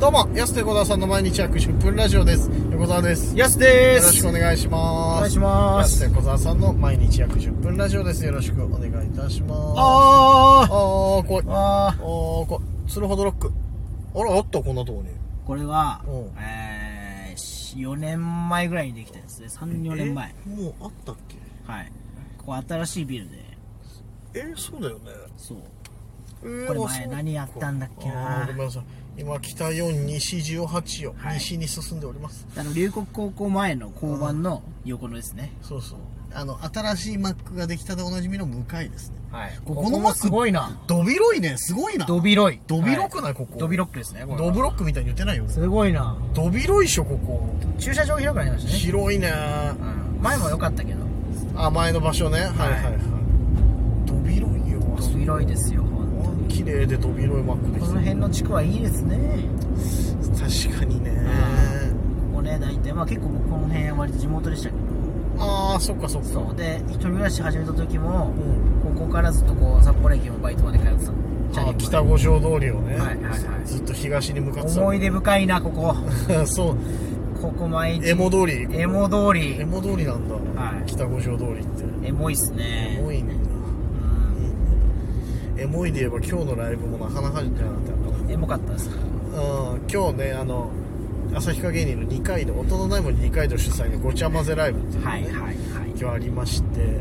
どうも、安手小田さんの毎日約10分ラジオです。横澤です。よやすでろしくお願いします。お願いします安手小沢さんの毎日約10分ラジオです。よろしくお願いいたします。あーあー、怖い。ああー、ー怖い。スルハドロック。あら、あった、こんなとこに。これはおう、えー、4年前ぐらいにできたやつです3、4年前。え。もうあったっけはい。ここ新しいビルで、え、そうだよね。そう。えーこれあ前そう何やったんだっけなあーごめんなさい。今、北4、西18を、はい西に進んでおります。あの、龍谷高校前の交番の横のですね。そうそう。あの、新しいマックができたでおなじみの向かいですね。はい。ここここのマのもックすごいな。ドビロイね、すごいな。ドビロイ。ドビロくないここドビロックですね、これドは。ブロックみたいに言ってないよ。すごいな。ドビロイしょ、ここ。駐車場広くなりましたね。広いね。あうん。前も良かったけど。、前の場所ね。はいはいはい。ドビロイよ。ドビロイですよ、ほんと綺麗でドビロイマックでこきの辺の地区はいいですね。た。確かにね。ここね、大体、まあ結構僕この辺は割と地元でしたけど。ああ、そっかそっか。そうで一人暮らし始めた時もうんここからずっとこう札幌駅のバイトまで通ってたのチャあーリンコで北五条通りをね、はいはいはいずっと東に向かってた思い出深いなここ そうここ毎日エモ通りエモ通りエモ通りなんだ、はい北五条通りってエモいっすエねモいねうんエモいで言えば今日のライブもなかなかじゃなかったなエモかったですうん今日ねあの旭川芸人の二階堂音のないもの二階堂主催のごちゃ混ぜライブっていうのはがいね、はいはい今日ありまして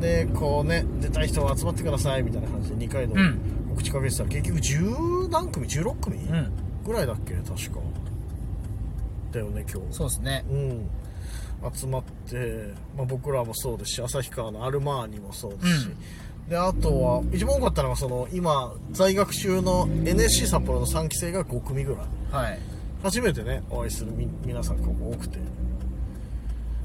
でこうね出たい人は集まってくださいみたいな感じで二階堂うんお口かけてたら結局10何組16組、うんぐらいだっけ確かだよね今日そうですねうん集まって、まあ、僕らもそうですし旭川のアルマーニもそうですし、であとは一番多かったのがその今在学中の NSC 札幌の3期生が5組ぐらいはい初めてねお会いするみ皆さんがここ多くて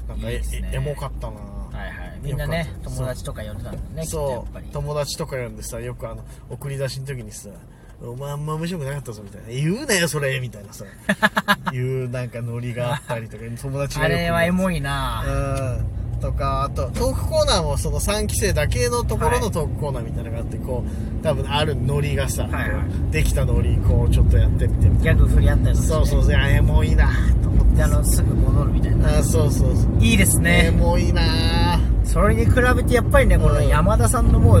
なんかえいいですねエモかったなはいはいみんなねよかった友達とか呼んでたんだねきっとやそっぱりう友達とか呼んでさよくあの送り出しの時にさ「お前あんま面白くなかったぞ」みたいな「言うなよそれ」みたいなさ いうなんかノリがあったりとか友達があよくれはエモいいなうんとかあとトークコーナーもその3期生だけのところはのいトークコーナーみたいなのがあってこう多分あるノリがさ、はいはいこうできたノリこうちょっとやってみてみたいギャグ振り合ったりなとかしてそうそうそういやエモいなと思ってであのすぐ戻るみたいなあそうそうそういいですエねモいなそれに比べてやっぱりねこのうん山田さん のもう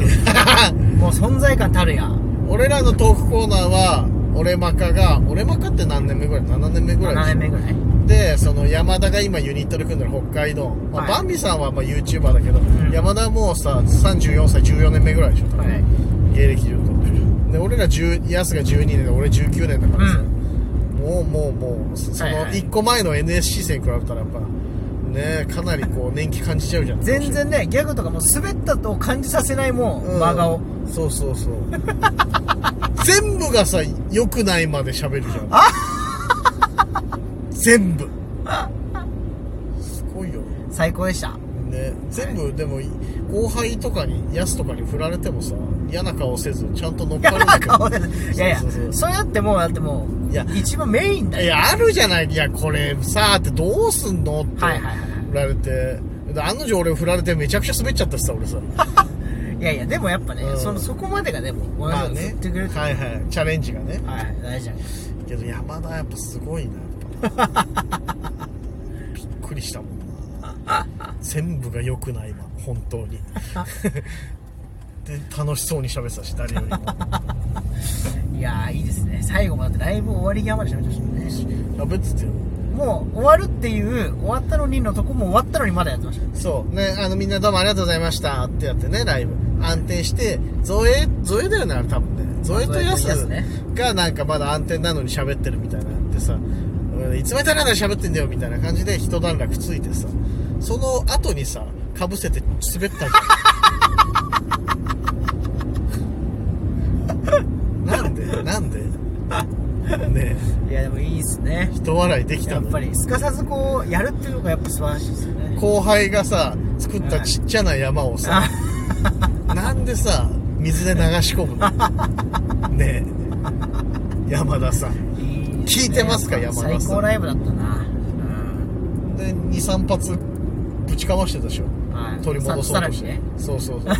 もう存在感たるやん俺らのトークコーナーは、俺マカが、俺マカって何年目ぐらい ?7 年目ぐらい7年目ぐらいで、その山田が今ユニットで組んでる北海道。まあ、はいバンビさんはまあ YouTuber だけど、ん山田はもうさ、34歳、14年目ぐらいでしょ、多分はい芸歴で言うと。で、俺ら10、ヤスが12年で俺19年だからさ、うんもうもうもう、そそのはいはい1個前の NSC 戦比べたらやっぱ、ねかなりこう年季感じちゃうじゃん。全然ねギャグとかもう滑ったと感じさせないもうんう真顔、そうそうそう 全部がさ良くないまで喋るじゃん全部すごいよ最高でしたね全部、でも後輩とかにヤスとかに振られてもさ嫌な顔せずちゃんと乗っかるんだけど 顔でいやいやそうそうそうそれだってもうだってもういや一番メインだいよやあるじゃないいやこれさってどうすんのってはいはいはい振られてで案の定俺振られてめちゃくちゃ滑っちゃったしさ俺さいやいやでもやっぱね、うんそのそこまでがでも俺まあらがね言ってくれる、はいはいチャレンジがねはい大事じゃんけど山田やっぱすごいなやっぱびっくりしたもんな全部が良くない今本当 にで楽しそうに喋ってたし誰よりもいやーいいですね最後もだってライブ終わり際まで喋ってましたもんね喋ってたよもう終わるっていう終わったのにのとこも終わったのにまだやってましたそうねあのみんなどうもありがとうございましたってやってねライブ安定してゾエゾエだよねあれ多分ねゾエとヤスゾエとヤスねがなんかまだ安定なのに喋ってるみたいなのあってさうんいつまでたらな喋ってんだよみたいな感じで一段落ついてさその後にさかぶせて滑ったじゃ んなんでなんでねえいやでもいいっすね人笑いできたやっのぱりすかさずこうやるっていうのがやっぱ素晴らしいですよね後輩がさ作ったちっちゃな山をさあなんでさ水で流し込む のねえ山田さん聞いてますかいいでね山田さん最高ライブだったなうんで23発ぶちかましてたでしょ、はい取り戻そうとして、さらにねそうそうそ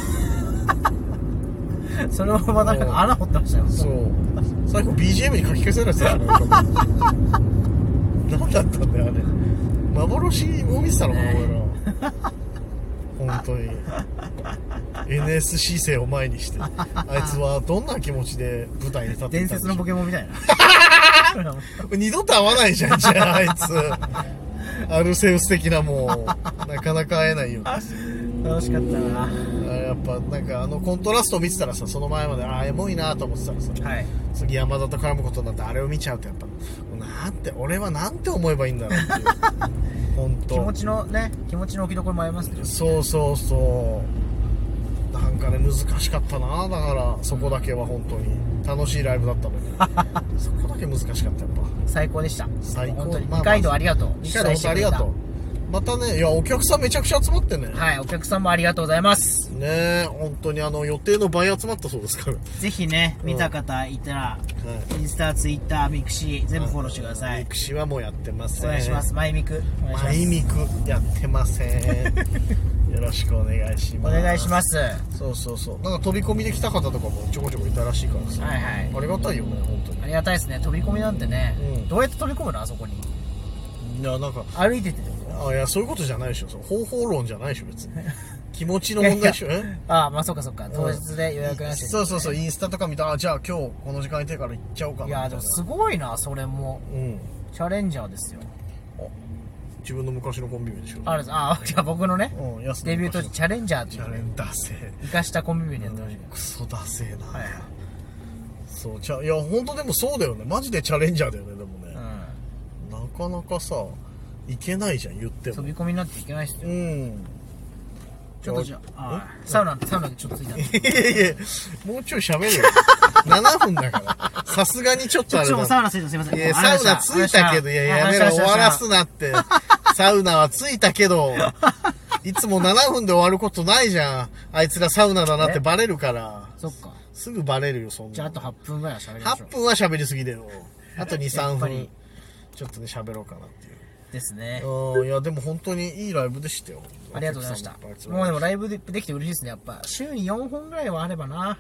うそのままなんか穴掘ってましたよ そう最後 BGM に書き消せないですよ何だったんだよあれ幻を見てたのかな俺ら本当 に NSC 生を前にしてあいつはどんな気持ちで舞台に立って伝たんで説しょのうポケモンみたいな 二度と会わないじゃんじゃああいつアルセウス的なもうなかなか会えないよ楽しかったなあやっぱなんかあのコントラストを見てたらさその前までああエモいなと思ってたらさはい次山田と絡むことになってあれを見ちゃうとやっぱなんて俺はなんて思えばいいんだろうっていう本気持当ちのね気持ちの置きどころもありますけどそうそうそうなんかね難しかったなだからそこだけは本当に楽しいライブだったのにそこだけ難しかったやっぱ最高でした最高本当にまあまあ二階堂ありがとう二階堂本当ありがとうまたねいやお客さんめちゃくちゃ集まってね、はいお客さんもありがとうございますねえ本当にあの予定の倍集まったそうですからぜひねん見た方いたら、はインスタツイッターミクシー全部フォローしてください、ミクシはもうやってませおん願いしますマイミクお願いしまマすイミクやってませんよろしくお願いしおます願いしますはそうそうそうなんか飛び込みで来た方とかもちょこちょこいたらしいからいさ、はいありがたいよね本当ありがたいですね飛び込みなんてね、うんどうやって飛び込むのあそこににいやなんか歩いてってってことあいやそういうことじゃないでしょその方法論じゃないでしょ別に気持ちの問題でしょえああまあそっかそっか当日で予約なしでそうそうそうインスタとか見たあじゃあ今日この時間空いてるから行っちゃおうかないやでもすごいなそれもうんチャレンジャーですよ自分の昔のコンビ名でしょあれですああじゃあ僕のねうん安野デビュー昔の当時チャレンジャーっていチうャレンダセえ生かしたコンビ名でやってましたけどクソダセえな、はいはいそうちゃいや本当でもそうだよねマジでチャレンジャーだよねでもね、うなかなかさいけないじゃん言ってん飛もび込みになっていけないっすようんちょっとじゃああえサウナサウナちょっとついたんでいやいやもうちょい喋るよ 7分だからさすがにちょっとあれちょっとサだウナついたすいませんいやサウナついたけどいややめろ終わらすななって サウナはついたけどいつも7分で終わることないじゃんあいつらサウナだなってバレるからそっかすぐバレるよそんなじゃああと8分ぐらいは喋りましょう8分は喋りすぎだよあと23やっぱ分りちょっとね喋ろうかなっていうですねうんいやでも本当にいいライブでしたよありがとうございましたお客さんももういっぱい集まってでもライブでできて嬉しいですねやっぱ週に4本ぐらいはあればなあ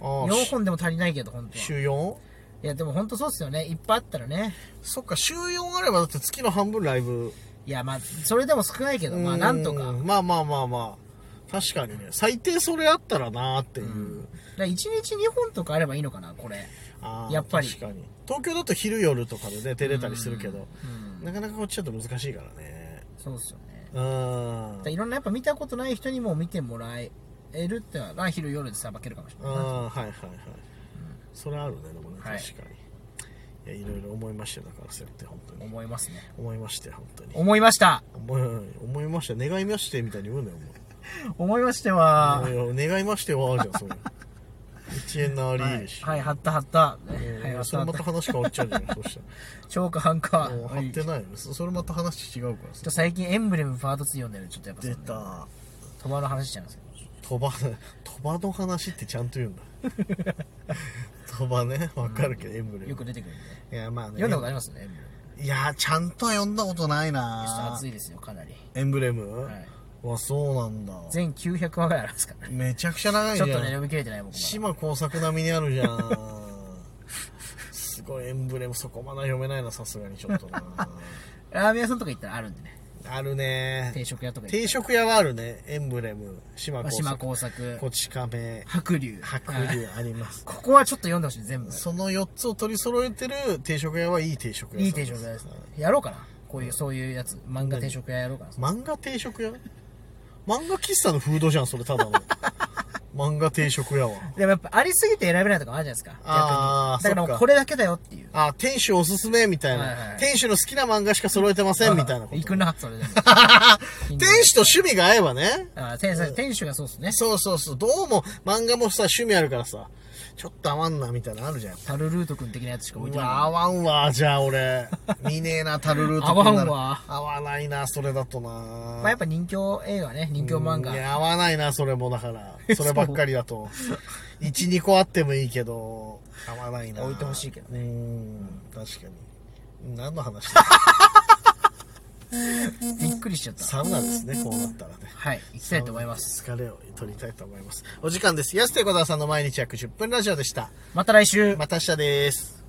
あ4本でも足りないけど本当は週 4? いやでも本当そうっすよねいっぱいあったらねそっか週4あればだって月の半分ライブいやまあそれでも少ないけどまあなんとかうんまあまあまあまあ確かにね最低それあったらなーっていう、 1日2本とかあればいいのかなこれああやっぱり確かに東京だと昼夜とかでね出れたりするけど、うんなかなかこっちだと難しいからねそうっすよねうんだからいろんなやっぱ見たことない人にも見てもらえるってのはな昼夜でさばけるかもしれないなああはいはいはい、それあるねでもね確かはいに、い、やいろいろ思いましたよだからそうやって本当に思いますね思いましたよ本当に思いました思い思いました願いましてみたいに言うなよ思いましておは前いや願いましてはじゃん それ一円なりはいいし、はい貼った貼ったうんはい貼っそたれ貼まった話変わっちゃうじゃんそした超過半過らもうは貼いっちてょっないよねそそれまた話違うからさと最近エンブレムパート2読んでるんでちょっとやっぱそ出のた鳥羽の話しちゃうんですけ鳥羽鳥羽の話ってちゃんと言うんだ 鳥羽ねわかるけど、エンブレどよムく出てくるんでいやまあね読んだことありますねエンブレムいやちゃんとは読んだことないちょっとな熱いですよかなりエンブレム、はいわそうなんだ全900話ぐらいありますからねめちゃくちゃ長いちじょゃっんとね読み切れてない僕まだ島工作並みにあるじゃんすごいエンブレムそこまだ読めないなさすがにちょっとな ラーメン屋さんとか行ったらあるんでねあるね定食屋とか行っ定食屋はあるねエンブレム島た工ら島作工作こち亀白龍白はい龍ありますここはちょっと読んでほしい全部その4つを取り揃えてる定食屋はいい定食屋いいさん定食屋ですねやろうかなこういうそういうやつ漫画定食屋やろうかな漫画定食屋漫画喫茶のフードじゃんそれ ただの漫画定食屋はでもやっぱありすぎて選べないとかもあるじゃないですかあーそ逆にだからっもかうこれだけだよっていうあ店主おすすめみたいな、はいはい店主の好きな漫画しか揃えてませんみたいなこと行 くなそれでも店主と趣味が合えばねあー店主店主がそうですねそうそうそうどうも漫画もさ趣味あるからさちょっと合わんなみたいなのあるじゃんタルルート君的なやつしか置いうてないわ合わんわじゃあ俺 見ねえなタルルート合わんわこなら合わないなそれだとなまあやっぱ人気映画ね人気漫うんい画や合わないなそれもだ からそればっかりだと12個あってもいいけど合わないな置いてほしいけどねうん確かに何の話だびっくりしちゃった。サウナです ね、こうなったらね。はい、行きたいと思います。疲れを取りたいと思います。お時間です。安手小沢さんの毎日約10分ラジオでした。また来週。また明日です。